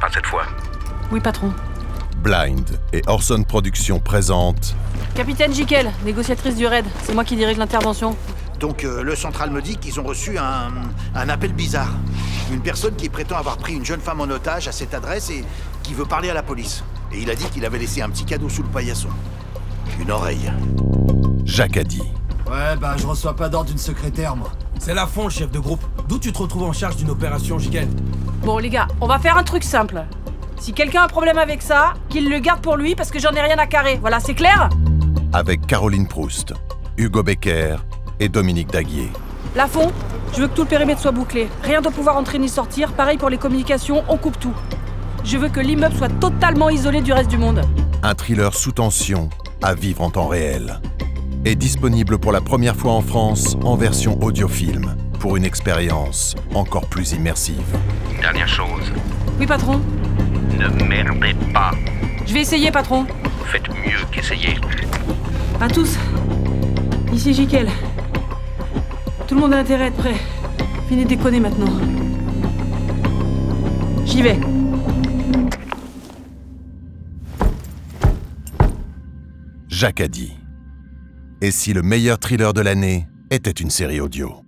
pas cette fois. Oui, patron. Blind et Orson Productions présentent Capitaine Jikel, négociatrice du raid. C'est moi qui dirige l'intervention. Donc euh, le central me dit qu'ils ont reçu un, un appel bizarre. Une personne qui prétend avoir pris une jeune femme en otage à cette adresse et qui veut parler à la police. Et il a dit qu'il avait laissé un petit cadeau sous le paillasson. Une oreille. Jacques Addy, Ouais, bah je reçois pas d'ordre d'une secrétaire, moi. C'est la fond, chef de groupe. D'où tu te retrouves en charge d'une opération, Jiken Bon, les gars, on va faire un truc simple. Si quelqu'un a un problème avec ça, qu'il le garde pour lui parce que j'en ai rien à carrer. Voilà, c'est clair avec Caroline Proust, Hugo Becker et Dominique Daguier. Lafond, je veux que tout le périmètre soit bouclé. Rien de pouvoir entrer ni sortir. Pareil pour les communications, on coupe tout. Je veux que l'immeuble soit totalement isolé du reste du monde. Un thriller sous tension à vivre en temps réel. Est disponible pour la première fois en France en version audiofilm pour une expérience encore plus immersive. Dernière chose, Oui, patron ne merdez pas. Je vais essayer, patron. Faites mieux qu'essayer. À tous. Ici Jikel. Tout le monde a intérêt à être prêt. Fini de déconner maintenant. J'y vais. Jacques Addy. Et si le meilleur thriller de l'année était une série audio